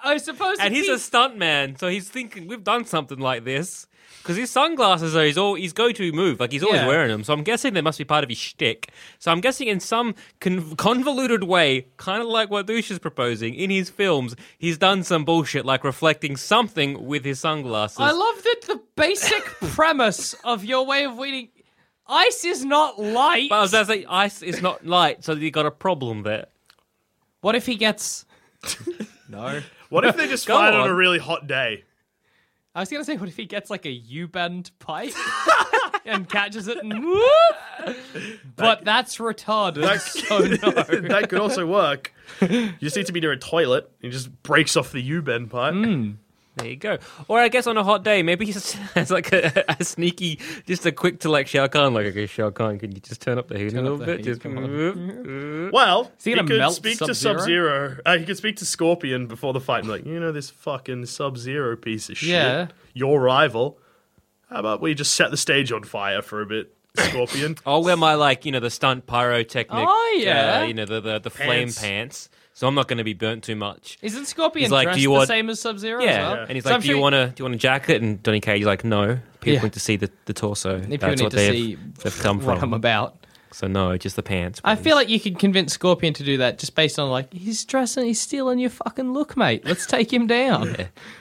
[SPEAKER 6] I suppose
[SPEAKER 5] and
[SPEAKER 6] if
[SPEAKER 5] he's
[SPEAKER 6] he-
[SPEAKER 5] a stuntman, so he's thinking we've done something like this. Because his sunglasses are his all his go-to move, like he's always
[SPEAKER 6] Yeah.
[SPEAKER 5] wearing them. So I'm guessing they must be part of his shtick. So I'm guessing in some con- convoluted way, kind of like what Douche is proposing in his films, he's done some bullshit like reflecting something with his sunglasses.
[SPEAKER 6] I love that the
[SPEAKER 5] <laughs>
[SPEAKER 6] basic premise of your way of winning ice is not light.
[SPEAKER 5] but I was gonna say ice is not light, so you got a problem there.
[SPEAKER 6] what if
[SPEAKER 5] <laughs>
[SPEAKER 6] he gets No.
[SPEAKER 4] What if they just
[SPEAKER 5] Go
[SPEAKER 4] fight on.
[SPEAKER 5] on.
[SPEAKER 4] a really hot day?
[SPEAKER 6] I was gonna say what if he gets like a U bend pipe and catches it and whoop But that's retarded. <laughs>
[SPEAKER 4] <laughs>
[SPEAKER 6] so no.
[SPEAKER 4] that could also work. You just need to be near a toilet. He just breaks off the U bend pipe.
[SPEAKER 5] There you go. Or I guess on a hot day, maybe <laughs> he's has like a, a sneaky, just a quick to like Shao Kahn, like, okay, Shao Kahn, can you just turn up the heat a little
[SPEAKER 6] the
[SPEAKER 5] bit?
[SPEAKER 6] heat,
[SPEAKER 5] just
[SPEAKER 6] come Mm-hmm.
[SPEAKER 4] Well,
[SPEAKER 6] he
[SPEAKER 4] he,
[SPEAKER 6] gonna
[SPEAKER 4] could
[SPEAKER 6] melt
[SPEAKER 4] speak to
[SPEAKER 6] Sub-Zero?
[SPEAKER 4] Sub Zero. Uh, he could speak to Scorpion before the fight and be like, you know, this fucking Sub Zero piece of shit,
[SPEAKER 6] Yeah.
[SPEAKER 4] your rival. How about we just set the stage on fire for a bit,
[SPEAKER 6] <laughs>
[SPEAKER 4] Scorpion? <laughs>
[SPEAKER 5] I'll wear my like you know the stunt pyrotechnic.
[SPEAKER 6] Oh, yeah.
[SPEAKER 5] uh, you know the the, the flame
[SPEAKER 4] Pants.
[SPEAKER 5] pants. So I'm not going to be burnt too much.
[SPEAKER 6] Isn't Scorpion
[SPEAKER 5] He's like,
[SPEAKER 6] dressed
[SPEAKER 5] "Do you
[SPEAKER 6] the
[SPEAKER 5] want-
[SPEAKER 6] same as Sub Zero?
[SPEAKER 5] yeah.
[SPEAKER 6] as well?
[SPEAKER 5] and he's
[SPEAKER 6] So
[SPEAKER 5] like,
[SPEAKER 6] I'm
[SPEAKER 5] "Do
[SPEAKER 6] sure
[SPEAKER 5] you want to do you want a jacket?" And Johnny Cage's like, "No, people
[SPEAKER 6] Yeah.
[SPEAKER 5] need to see the, the torso.
[SPEAKER 6] If you
[SPEAKER 5] That's
[SPEAKER 6] need
[SPEAKER 5] what
[SPEAKER 6] to
[SPEAKER 5] they've,
[SPEAKER 6] see
[SPEAKER 5] they've come
[SPEAKER 6] what
[SPEAKER 5] from.
[SPEAKER 6] I'm about.
[SPEAKER 5] So no, just the pants."
[SPEAKER 6] I
[SPEAKER 5] please.
[SPEAKER 6] feel like you could convince Scorpion to do that just based on like he's dressing, he's stealing your fucking look, mate. Let's take him down.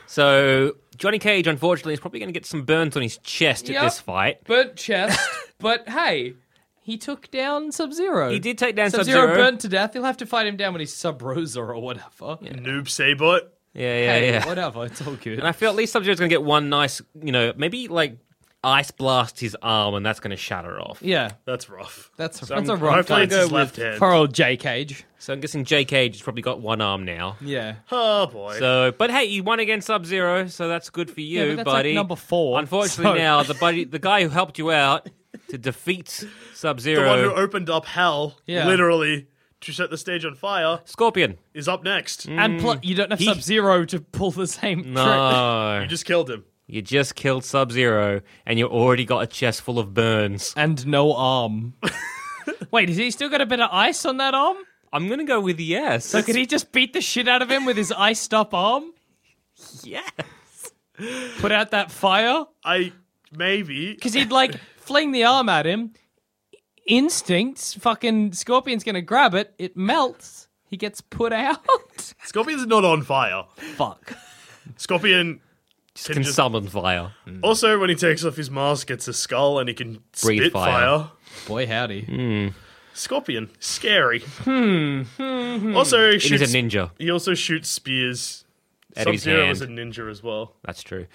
[SPEAKER 5] so. Johnny Cage, unfortunately, is probably going to get some burns on his chest
[SPEAKER 6] Yep.
[SPEAKER 5] at this fight.
[SPEAKER 6] Burnt chest, but hey, he took down Sub Zero.
[SPEAKER 5] He did take down
[SPEAKER 6] Sub
[SPEAKER 5] Sub-Zero.
[SPEAKER 6] Zero burnt to death. He'll have to fight him down when he's Sub Rosa or whatever.
[SPEAKER 4] Noob Sabot.
[SPEAKER 5] Yeah, yeah,
[SPEAKER 6] Hey,
[SPEAKER 5] yeah.
[SPEAKER 6] Whatever, it's all good.
[SPEAKER 5] And I feel at least Sub Zero's going to get one nice, you know, maybe like ice blast his arm, and that's going to shatter off.
[SPEAKER 6] yeah,
[SPEAKER 4] That's rough.
[SPEAKER 6] that's a,
[SPEAKER 4] So
[SPEAKER 6] that's a
[SPEAKER 4] I'm-
[SPEAKER 6] rough
[SPEAKER 4] Hopefully it's
[SPEAKER 6] guy.
[SPEAKER 4] his left hand.
[SPEAKER 6] For old J Cage.
[SPEAKER 5] So I'm guessing J Cage has probably got one arm now.
[SPEAKER 6] Yeah.
[SPEAKER 4] Oh boy.
[SPEAKER 5] So, but hey, you won against Sub Zero, so that's good for you,
[SPEAKER 6] Yeah, but that's, like,
[SPEAKER 5] buddy.
[SPEAKER 6] number four,
[SPEAKER 5] Unfortunately,
[SPEAKER 6] so-
[SPEAKER 5] now the buddy, the guy who helped you out to defeat Sub
[SPEAKER 4] the one who
[SPEAKER 5] Zero,
[SPEAKER 4] opened up hell,
[SPEAKER 6] Yeah.
[SPEAKER 4] literally, to set the stage on fire,
[SPEAKER 5] Scorpion.
[SPEAKER 4] is up next.
[SPEAKER 6] And pl- you don't have Sub Zero to pull the same trick.
[SPEAKER 5] No,
[SPEAKER 4] You just killed him.
[SPEAKER 5] <laughs> you just killed Sub Zero, and you already got a chest full of burns.
[SPEAKER 6] And no arm. <laughs> Wait, has he still got a bit of ice on that arm?
[SPEAKER 5] I'm gonna go with yes.
[SPEAKER 6] So could he just beat the shit out of him with his iced up arm?
[SPEAKER 5] <laughs> yeah.
[SPEAKER 6] Put out that fire?
[SPEAKER 4] I maybe
[SPEAKER 6] Because he'd like fling the arm at him. Instincts, fucking Scorpion's gonna grab it. It melts. He gets put out.
[SPEAKER 4] Scorpion's not on fire.
[SPEAKER 6] Fuck.
[SPEAKER 4] Scorpion
[SPEAKER 5] Just
[SPEAKER 4] Can
[SPEAKER 5] can
[SPEAKER 4] just-
[SPEAKER 5] summon fire.
[SPEAKER 6] Mm.
[SPEAKER 4] also when he takes off his mask, it's a skull and he can
[SPEAKER 5] Breathe
[SPEAKER 4] spit fire.
[SPEAKER 5] fire.
[SPEAKER 6] Boy, howdy.
[SPEAKER 4] Scorpion, scary. Hmm. <laughs> Also
[SPEAKER 5] It is
[SPEAKER 4] shoots.
[SPEAKER 5] a ninja.
[SPEAKER 4] He also shoots spears.
[SPEAKER 5] Out of his
[SPEAKER 4] Sub-Zero
[SPEAKER 5] hand.
[SPEAKER 4] is a ninja as well.
[SPEAKER 5] That's true.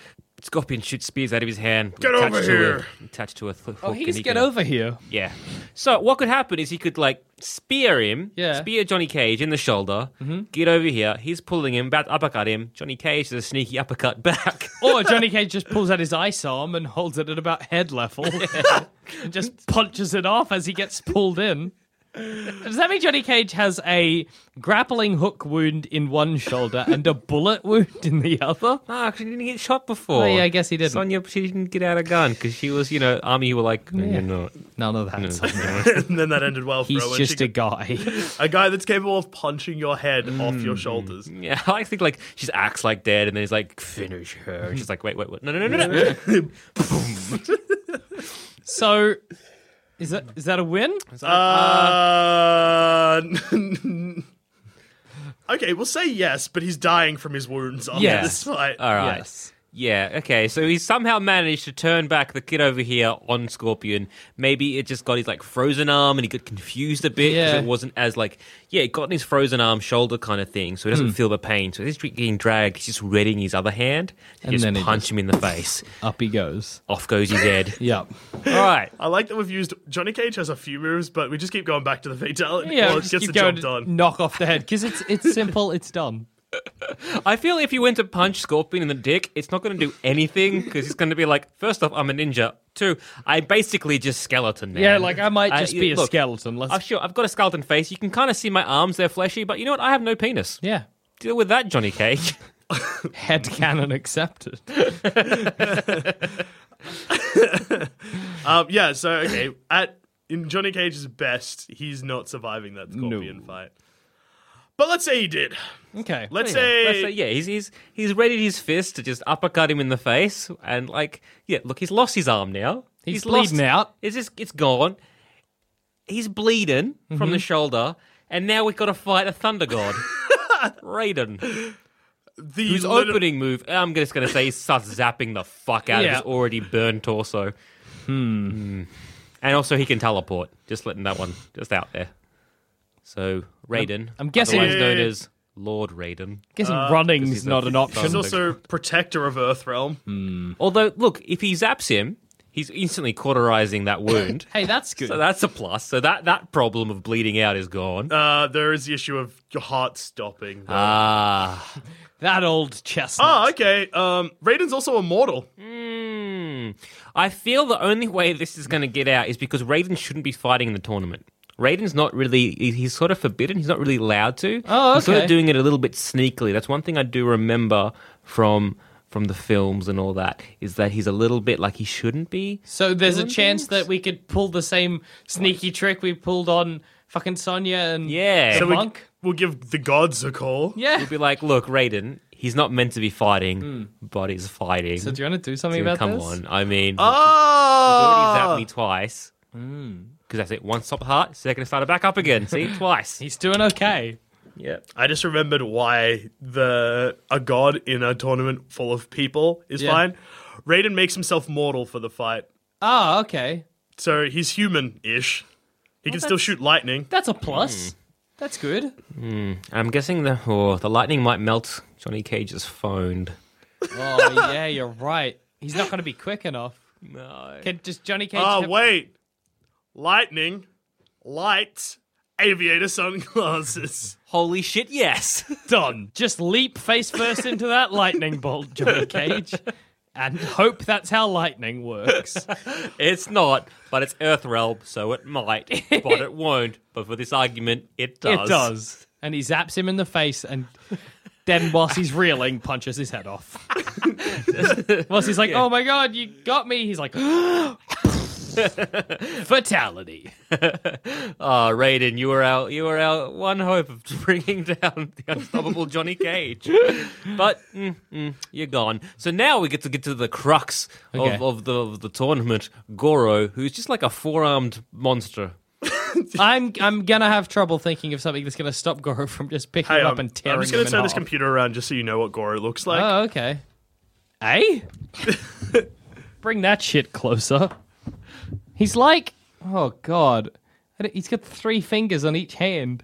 [SPEAKER 5] Scorpion shoots spears out of his hand.
[SPEAKER 4] Get
[SPEAKER 5] attached
[SPEAKER 4] over
[SPEAKER 5] to a-
[SPEAKER 4] here.
[SPEAKER 5] attached to a th-
[SPEAKER 6] Oh,
[SPEAKER 5] hook
[SPEAKER 6] he
[SPEAKER 5] and
[SPEAKER 6] just
[SPEAKER 5] he
[SPEAKER 6] get
[SPEAKER 5] can-
[SPEAKER 6] over here.
[SPEAKER 5] Yeah. So what could happen is he could like spear him,
[SPEAKER 6] Yeah. Mm-hmm.
[SPEAKER 5] spear Johnny Cage in the shoulder, get over here. He's pulling him, about to uppercut him. Johnny Cage does a sneaky uppercut back.
[SPEAKER 6] <laughs> Or Johnny Cage just pulls out his ice arm and holds it at about head level <laughs> and just punches it off as he gets pulled in. Does that mean Johnny Cage has a grappling hook wound in one shoulder and a bullet wound in the other?
[SPEAKER 5] no, actually, he didn't get shot before.
[SPEAKER 6] Oh, yeah, I guess he didn't.
[SPEAKER 5] Sonya, she didn't get out a gun because she was, you know, army. You were like, no, you're not.
[SPEAKER 6] None of that.
[SPEAKER 4] <laughs>
[SPEAKER 5] <laughs>
[SPEAKER 4] and then that ended well for
[SPEAKER 6] He's
[SPEAKER 4] her. when she
[SPEAKER 6] just a guy.
[SPEAKER 4] a guy that's capable of punching your head
[SPEAKER 6] Hmm.
[SPEAKER 4] off your shoulders.
[SPEAKER 5] Yeah, I think like she acts like dead, and then he's like, finish her. And she's like, wait, wait, wait, no, no, no, no,
[SPEAKER 6] <laughs>
[SPEAKER 5] no.
[SPEAKER 6] so, is that is that a win?
[SPEAKER 4] Uh, <laughs> okay, we'll say yes, but he's dying from his wounds after
[SPEAKER 6] Yes.
[SPEAKER 4] this fight.
[SPEAKER 5] All right. Yeah, okay. So he somehow managed to turn back the kid over here on Scorpion. Maybe it just got his like frozen arm and he got confused a bit because
[SPEAKER 6] Yeah.
[SPEAKER 5] it wasn't as like yeah, it got in his frozen arm, shoulder kind of thing, so he doesn't
[SPEAKER 6] Hmm.
[SPEAKER 5] feel the pain. So he's getting dragged, he's just readying his other hand to
[SPEAKER 6] And
[SPEAKER 5] just
[SPEAKER 6] then he
[SPEAKER 5] punch
[SPEAKER 6] just-
[SPEAKER 5] him in the face.
[SPEAKER 6] Up he goes.
[SPEAKER 5] Off goes his
[SPEAKER 6] <laughs>
[SPEAKER 5] head.
[SPEAKER 6] Yep.
[SPEAKER 5] All right.
[SPEAKER 4] I like that we've used Johnny Cage has a few moves, but we just keep going back to the fatality.
[SPEAKER 6] Yeah,
[SPEAKER 4] well, it
[SPEAKER 6] just
[SPEAKER 4] gets the
[SPEAKER 6] keep going
[SPEAKER 4] job
[SPEAKER 6] to
[SPEAKER 4] done.
[SPEAKER 6] Knock off the head because it's it's simple. It's done.
[SPEAKER 5] I feel if you went to punch Scorpion in the dick, it's not going to do anything because he's going to be like, first off, I'm a ninja. Two, I basically just skeleton. Man.
[SPEAKER 6] Yeah, like I might
[SPEAKER 5] I-
[SPEAKER 6] just be a
[SPEAKER 5] look,
[SPEAKER 6] skeleton. Let's.
[SPEAKER 5] I'm Oh, sure I've got a skeleton face. You can kind of see my arms; they're fleshy. But you know what? I have no penis.
[SPEAKER 6] yeah.
[SPEAKER 5] Deal with that, Johnny Cage. <laughs>
[SPEAKER 6] Head cannon accepted.
[SPEAKER 4] Um, yeah, so okay, at in Johnny Cage's best, he's not surviving that scorpion fight. But let's say he did.
[SPEAKER 6] Okay.
[SPEAKER 4] Let's
[SPEAKER 5] Yeah.
[SPEAKER 4] say
[SPEAKER 5] That's- yeah, he's he's he's readied his fist to just uppercut him in the face, and like, yeah, look, he's lost his arm now.
[SPEAKER 6] He's
[SPEAKER 5] lost-
[SPEAKER 6] bleeding out.
[SPEAKER 5] It's just it's gone. He's bleeding
[SPEAKER 6] Mm-hmm.
[SPEAKER 5] from the shoulder, and now we've got to fight a thunder
[SPEAKER 6] <laughs>
[SPEAKER 5] god, Raiden,
[SPEAKER 4] the
[SPEAKER 5] whose
[SPEAKER 4] lit-
[SPEAKER 5] opening move. I'm just gonna say he starts zapping the fuck out
[SPEAKER 6] Yeah.
[SPEAKER 5] of his already burned torso. Hmm. And also, he can teleport. Just letting that one just out there. So Raiden,
[SPEAKER 6] I'm guessing-
[SPEAKER 5] otherwise known as Lord Raiden.
[SPEAKER 6] guessing running's
[SPEAKER 5] he's a
[SPEAKER 6] not an option.
[SPEAKER 4] He's also protector of Earth Realm.
[SPEAKER 5] Hmm. Although, look, if he zaps him, he's instantly cauterizing that
[SPEAKER 6] <laughs>
[SPEAKER 5] wound.
[SPEAKER 6] Hey, that's good.
[SPEAKER 5] so that's a plus. So that that problem of bleeding out is gone.
[SPEAKER 4] Uh, there is the issue of your heart stopping. though.
[SPEAKER 5] Ah,
[SPEAKER 6] that old chestnut.
[SPEAKER 4] oh, okay. Um, Raiden's also immortal.
[SPEAKER 6] Mm.
[SPEAKER 5] Hmm. I feel the only way this is going to get out is because Raiden shouldn't be fighting in the tournament. Raiden's not really, he- he's sort of forbidden. He's not really allowed to.
[SPEAKER 6] Oh,
[SPEAKER 5] He's sort
[SPEAKER 6] okay.
[SPEAKER 5] of doing it a little bit sneakily. That's one thing I do remember from from the films and all that is that he's a little bit like he shouldn't be.
[SPEAKER 6] So there's a chance that we could pull the same sneaky trick we pulled on fucking Sonya and
[SPEAKER 5] Yeah.
[SPEAKER 6] the
[SPEAKER 4] we,
[SPEAKER 6] monk.
[SPEAKER 4] will give the gods a call.
[SPEAKER 6] Yeah.
[SPEAKER 5] You'd be like, look, Raiden, he's not meant to be fighting, but he's fighting.
[SPEAKER 6] Hmm. So do you want to do something
[SPEAKER 5] Dude,
[SPEAKER 6] about
[SPEAKER 5] come
[SPEAKER 6] this? Oh!
[SPEAKER 5] on. I mean, already
[SPEAKER 4] Oh,
[SPEAKER 5] zapped me twice.
[SPEAKER 6] Hmm.
[SPEAKER 5] Because that's it. One stop the heart, second start it back up again. See,
[SPEAKER 6] <laughs>
[SPEAKER 5] twice.
[SPEAKER 6] He's doing okay.
[SPEAKER 5] yeah.
[SPEAKER 4] I just remembered why the a god in a tournament full of people is
[SPEAKER 6] Yeah.
[SPEAKER 4] fine. Raiden makes himself mortal for the fight,
[SPEAKER 6] Oh, okay.
[SPEAKER 4] so he's human-ish. He can still shoot lightning.
[SPEAKER 6] That's a plus. That's good.
[SPEAKER 5] I'm guessing the oh, the lightning might melt Johnny Cage's phone.
[SPEAKER 6] Oh <laughs> yeah, you're right. He's not going to be quick enough. No. Can just Johnny Cage?
[SPEAKER 4] Oh
[SPEAKER 6] kept-
[SPEAKER 4] wait, lightning, lights, aviator sunglasses.
[SPEAKER 5] Holy shit! Yes.
[SPEAKER 6] <laughs>
[SPEAKER 5] <laughs>
[SPEAKER 6] done. Just leap face first into that lightning bolt, Johnny Cage, and hope that's how lightning works.
[SPEAKER 5] It's not, but it's Earth realm, so it might, <laughs> but it won't. But for this argument, it does.
[SPEAKER 6] It does. And he zaps him in the face and then whilst he's reeling, punches his head
[SPEAKER 4] <laughs>
[SPEAKER 6] off. whilst he's like, Oh my god, you got me, he's like <gasps>
[SPEAKER 4] <laughs>
[SPEAKER 6] Fatality.
[SPEAKER 5] Ah, Raiden, you were our you were our one hope of <laughs> bringing down the unstoppable Johnny <laughs> Cage. But mm, mm, you're gone. So now we get to get to the crux
[SPEAKER 6] Okay.
[SPEAKER 5] of, of the of the tournament. Goro, who's just like a four armed monster. <laughs>
[SPEAKER 6] I'm I'm gonna have trouble thinking of something that's gonna stop Goro from just picking
[SPEAKER 4] Hey,
[SPEAKER 6] him up
[SPEAKER 4] um,
[SPEAKER 6] and tearing
[SPEAKER 4] I'm just
[SPEAKER 6] him
[SPEAKER 4] gonna
[SPEAKER 6] in
[SPEAKER 4] turn this
[SPEAKER 6] half.
[SPEAKER 4] computer around just so you know what Goro looks like.
[SPEAKER 6] Oh, okay. Eh? <laughs> Bring that shit closer. He's like, oh god, I don't- he's got three fingers on each hand,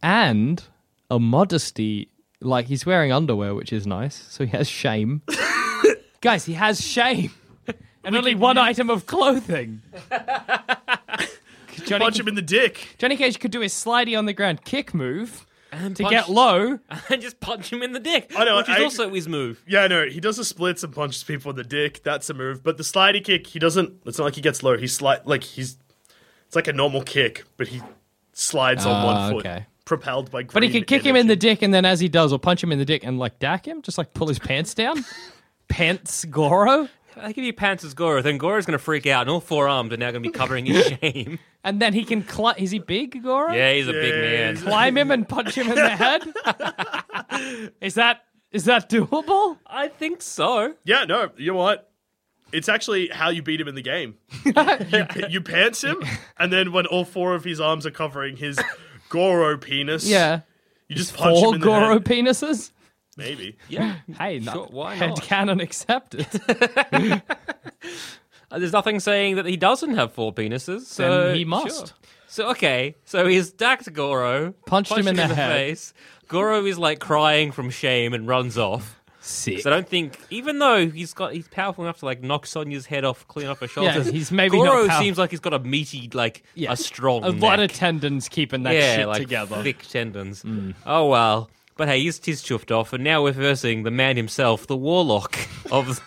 [SPEAKER 6] and a modesty. Like he's wearing underwear, which is nice. So he has <laughs> shame. Guys, he has shame, and only one item of <laughs> clothing. Johnny,
[SPEAKER 4] Punch him in the dick.
[SPEAKER 6] Johnny Cage could do his slidey on the ground kick move to
[SPEAKER 5] punch-
[SPEAKER 6] get low.
[SPEAKER 5] And just punch him in the dick.
[SPEAKER 4] I know,
[SPEAKER 5] Which is
[SPEAKER 4] I-
[SPEAKER 5] also his move.
[SPEAKER 4] Yeah, no, he does the splits and punches people in the dick. That's a move. But the slidey kick, he doesn't. It's not like he gets low. He slide like he's. It's like a normal kick, but he slides on
[SPEAKER 6] Ah,
[SPEAKER 4] one foot,
[SPEAKER 6] okay.
[SPEAKER 4] propelled by. Green
[SPEAKER 6] But he could kick him in the dick, and then as he does, or punch him in the dick and like dack him, just like pull his pants down. pants Goro,
[SPEAKER 5] I give you pants as Goro, then Goro's gonna freak out and all four armed are now gonna be covering
[SPEAKER 6] <laughs>
[SPEAKER 5] his shame.
[SPEAKER 6] and then he can climb. Is he big, Goro?
[SPEAKER 5] Yeah, he's a big man.
[SPEAKER 6] Climb him and punch him in the head. is that is that doable?
[SPEAKER 5] I think so.
[SPEAKER 4] Yeah, no, you know what? It's actually how you beat him in the
[SPEAKER 6] <laughs>
[SPEAKER 4] game. you, you pants him, and then when all four of his arms are covering his Goro penis,
[SPEAKER 6] Yeah,
[SPEAKER 4] you just punch him
[SPEAKER 6] four
[SPEAKER 4] in the
[SPEAKER 6] Goro
[SPEAKER 4] head.
[SPEAKER 6] penises.
[SPEAKER 4] Maybe.
[SPEAKER 5] Yeah.
[SPEAKER 6] Hey, not,
[SPEAKER 5] Sure, why
[SPEAKER 6] head
[SPEAKER 5] not?
[SPEAKER 6] cannon accepted.
[SPEAKER 5] Uh, There's nothing saying that he doesn't have four penises, so
[SPEAKER 6] Then he must.
[SPEAKER 5] sure. So okay, so he's dacked Goro,
[SPEAKER 6] Punched him in the head.
[SPEAKER 5] face. Goro is like crying from shame and runs off.
[SPEAKER 6] Sick.
[SPEAKER 5] So I don't think, even though he's got he's powerful enough to like knock Sonya's head off, clean off her shoulders.
[SPEAKER 6] he's maybe not
[SPEAKER 5] Goro
[SPEAKER 6] powerful.
[SPEAKER 5] seems like he's got a meaty, like
[SPEAKER 6] Yeah.
[SPEAKER 5] a strong,
[SPEAKER 6] A lot
[SPEAKER 5] neck.
[SPEAKER 6] of tendons keeping that
[SPEAKER 5] yeah,
[SPEAKER 6] shit
[SPEAKER 5] like
[SPEAKER 6] together. Mm.
[SPEAKER 5] thick tendons. Oh well, but hey, he's he's chuffed off, and now we're versing the man himself, the warlock <laughs> of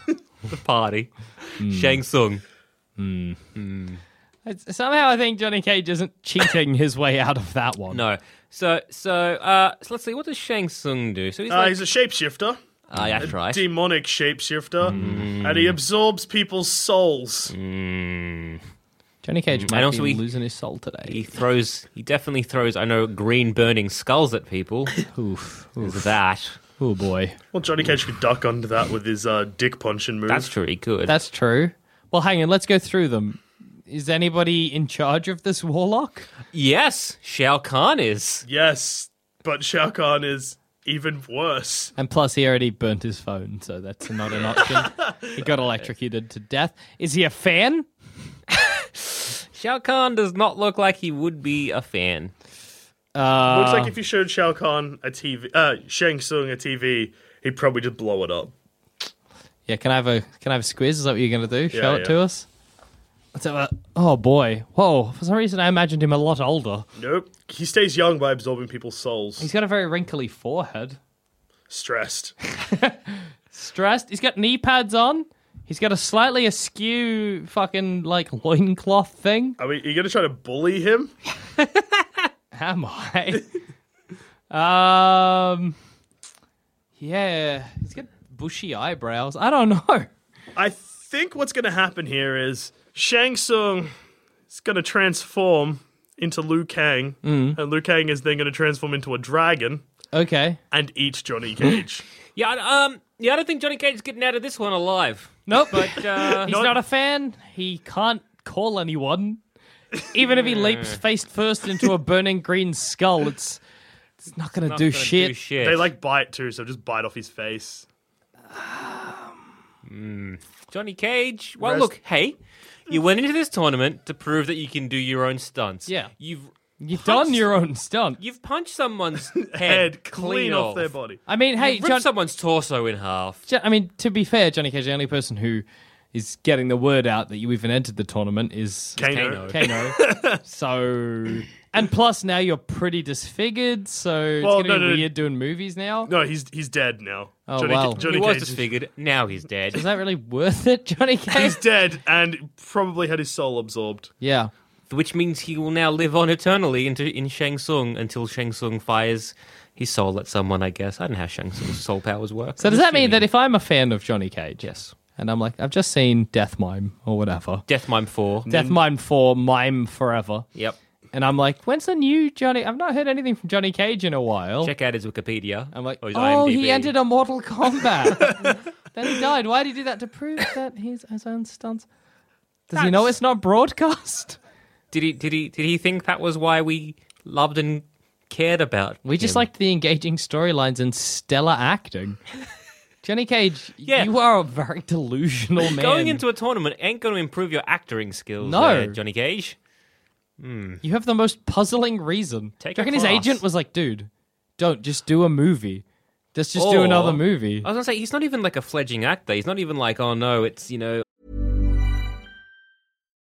[SPEAKER 5] the party,
[SPEAKER 6] Mm.
[SPEAKER 5] Shang Tsung.
[SPEAKER 6] It's- Somehow I think Johnny Cage isn't cheating his way out of that one.
[SPEAKER 5] No. So so uh so let's see what does Shang Tsung do? So he's
[SPEAKER 4] Uh,
[SPEAKER 5] like
[SPEAKER 4] he's a shapeshifter,
[SPEAKER 5] Ah, yeah, that's right.
[SPEAKER 4] demonic shapeshifter, and he absorbs people's souls.
[SPEAKER 6] Johnny Cage might
[SPEAKER 5] And also
[SPEAKER 6] be
[SPEAKER 5] he-
[SPEAKER 6] losing his soul today.
[SPEAKER 5] He throws he definitely throws I know green burning skulls at
[SPEAKER 4] <laughs>
[SPEAKER 5] people.
[SPEAKER 6] Oof.
[SPEAKER 5] There's that.
[SPEAKER 6] Oh boy.
[SPEAKER 4] Well, Johnny Cage could duck under that with his uh, dick punching move.
[SPEAKER 5] That's true, he could.
[SPEAKER 6] That's true. Well, hang on. Let's go through them. Is anybody in charge of this warlock?
[SPEAKER 5] yes, Shao Kahn is.
[SPEAKER 4] yes, but Shao Kahn is even worse.
[SPEAKER 6] And plus, he already burnt his phone, so that's not an option. he got electrocuted to death. Is he a fan?
[SPEAKER 5] Shao Kahn does not look like he would be a fan.
[SPEAKER 6] Uh,
[SPEAKER 4] Looks like if you showed Shao Kahn a TV, uh, Shang Tsung a TV, he'd probably just blow it up.
[SPEAKER 6] yeah. Can I have a Can I have a squiz? Is that what you're going to do? Show it
[SPEAKER 4] yeah.
[SPEAKER 6] to us. Let's have a. Oh boy. Whoa. For some reason, I imagined him a lot older.
[SPEAKER 4] Nope. He stays young by absorbing people's souls.
[SPEAKER 6] He's got a very wrinkly forehead.
[SPEAKER 4] Stressed.
[SPEAKER 6] Stressed. He's got knee pads on. He's got a slightly askew fucking like loincloth thing.
[SPEAKER 4] Are, we, are you going to try to bully him?
[SPEAKER 6] Am <laughs> I? um, yeah, he's got bushy eyebrows. I don't know.
[SPEAKER 4] I think what's going to happen here is Shang Tsung is going to transform into Liu Kang, and Liu Kang is then going to transform into a dragon
[SPEAKER 6] Okay.
[SPEAKER 4] and eat Johnny Cage.
[SPEAKER 5] Yeah, I- um, yeah, I don't think Johnny Cage's getting out of this one alive.
[SPEAKER 6] Nope. <laughs>
[SPEAKER 5] But uh,
[SPEAKER 6] He's not a fan. He can't call anyone. Even if he leaps face first into a burning green skull, it's it's not gonna,
[SPEAKER 5] gonna
[SPEAKER 6] do, shit.
[SPEAKER 5] do shit.
[SPEAKER 4] they like bite too, so just bite off his face.
[SPEAKER 5] Johnny Cage. Well,
[SPEAKER 4] Rest-
[SPEAKER 5] look, hey, you went into this tournament to prove that you can do your own stunts.
[SPEAKER 6] Yeah.
[SPEAKER 5] you've
[SPEAKER 6] You've
[SPEAKER 5] Punch-
[SPEAKER 6] done your own stunt.
[SPEAKER 5] you've punched someone's head,
[SPEAKER 4] <laughs> Head clean off their body.
[SPEAKER 6] I mean, hey,
[SPEAKER 5] Ripped
[SPEAKER 6] John,
[SPEAKER 5] someone's torso in half.
[SPEAKER 6] Jo- I mean, to be fair, Johnny Cage, the only person who is getting the word out that you even entered the tournament is
[SPEAKER 4] Kano. <laughs>
[SPEAKER 6] Kano. so, and plus now you're pretty disfigured, so
[SPEAKER 4] Well,
[SPEAKER 6] it's
[SPEAKER 4] no,
[SPEAKER 6] gonna be
[SPEAKER 4] no, no.
[SPEAKER 6] weird doing movies now.
[SPEAKER 4] No, he's he's dead now.
[SPEAKER 6] Oh,
[SPEAKER 4] Johnny,
[SPEAKER 6] wow.
[SPEAKER 4] Johnny
[SPEAKER 5] he was
[SPEAKER 4] Cage is-
[SPEAKER 5] disfigured. Now he's dead.
[SPEAKER 6] Is that really worth
[SPEAKER 4] <laughs>
[SPEAKER 6] it, Johnny Cage?
[SPEAKER 4] He's dead and probably had his soul absorbed.
[SPEAKER 6] yeah.
[SPEAKER 5] which means he will now live on eternally into in Shang Tsung until Shang Tsung fires his soul at someone. I guess I don't know how Shang Tsung's soul powers work.
[SPEAKER 6] So does that mean that if I'm a fan of Johnny Cage, yes, and I'm like, I've just seen Death Mime or whatever,
[SPEAKER 5] Death Mime Four?
[SPEAKER 6] Death Mime Four, Mime Forever,
[SPEAKER 5] Yep.
[SPEAKER 6] and I'm like, when's the new Johnny? I've not heard anything from Johnny Cage in a while.
[SPEAKER 5] Check out his Wikipedia.
[SPEAKER 6] I'm like,
[SPEAKER 5] or his
[SPEAKER 6] oh,
[SPEAKER 5] IMDb.
[SPEAKER 6] he entered a Mortal Kombat. <laughs> then he died. Why did he do that? To prove that he's his own stunts. Does he know it's not broadcast?
[SPEAKER 5] Did he? Did he? Did he think that was why we loved and cared about?
[SPEAKER 6] We just
[SPEAKER 5] him?
[SPEAKER 6] liked the engaging storylines and stellar <laughs> acting. Johnny Cage,
[SPEAKER 5] Yeah.
[SPEAKER 6] you are a very delusional man.
[SPEAKER 5] going into a tournament ain't going to improve your acting skills.
[SPEAKER 6] No.
[SPEAKER 5] there, Johnny Cage.
[SPEAKER 6] You have the most puzzling reason.
[SPEAKER 5] Take
[SPEAKER 6] Do you
[SPEAKER 5] a
[SPEAKER 6] reckon his
[SPEAKER 5] class.
[SPEAKER 6] agent was like, dude, don't just do a movie. Let's just do
[SPEAKER 5] Or-
[SPEAKER 6] another movie.
[SPEAKER 5] I was gonna say he's not even like a fledging actor. He's not even like, oh no, it's you know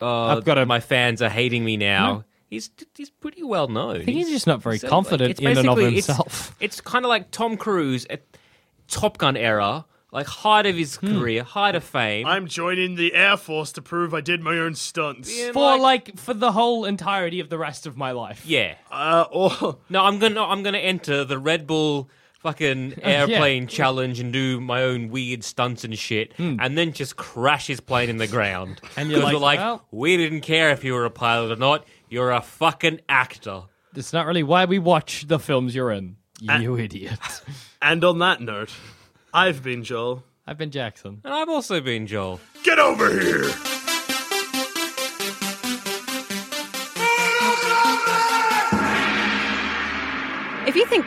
[SPEAKER 5] oh,
[SPEAKER 6] I've got a-
[SPEAKER 5] my fans are hating me now. He's he's pretty well known. I
[SPEAKER 6] think he's just not very confident in and of himself.
[SPEAKER 5] It's, kind of like Tom Cruise at Top Gun era, like height of his
[SPEAKER 6] Hmm.
[SPEAKER 5] career, height of fame.
[SPEAKER 4] I'm joining the Air Force to prove I did my own stunts.
[SPEAKER 5] Being
[SPEAKER 6] For like for the whole entirety of the rest of my life.
[SPEAKER 5] yeah.
[SPEAKER 4] Uh, or
[SPEAKER 5] No, I'm gonna I'm gonna enter the Red Bull
[SPEAKER 6] <laughs>
[SPEAKER 5] fucking airplane challenge and do my own weird stunts and shit, and then just crash his plane in the ground.
[SPEAKER 6] Hmm. <laughs> And you're
[SPEAKER 5] 'Cause
[SPEAKER 6] like,
[SPEAKER 5] we're like
[SPEAKER 6] "Well."
[SPEAKER 5] we didn't care if you were a pilot or not. You're a fucking actor.
[SPEAKER 6] It's not really why we watch the films you're in.
[SPEAKER 5] Uh,
[SPEAKER 6] You idiot.
[SPEAKER 4] <laughs> and on that note, I've been Joel.
[SPEAKER 6] I've been Jackson.
[SPEAKER 5] And I've also been Joel.
[SPEAKER 4] Get over here.
[SPEAKER 7] If you think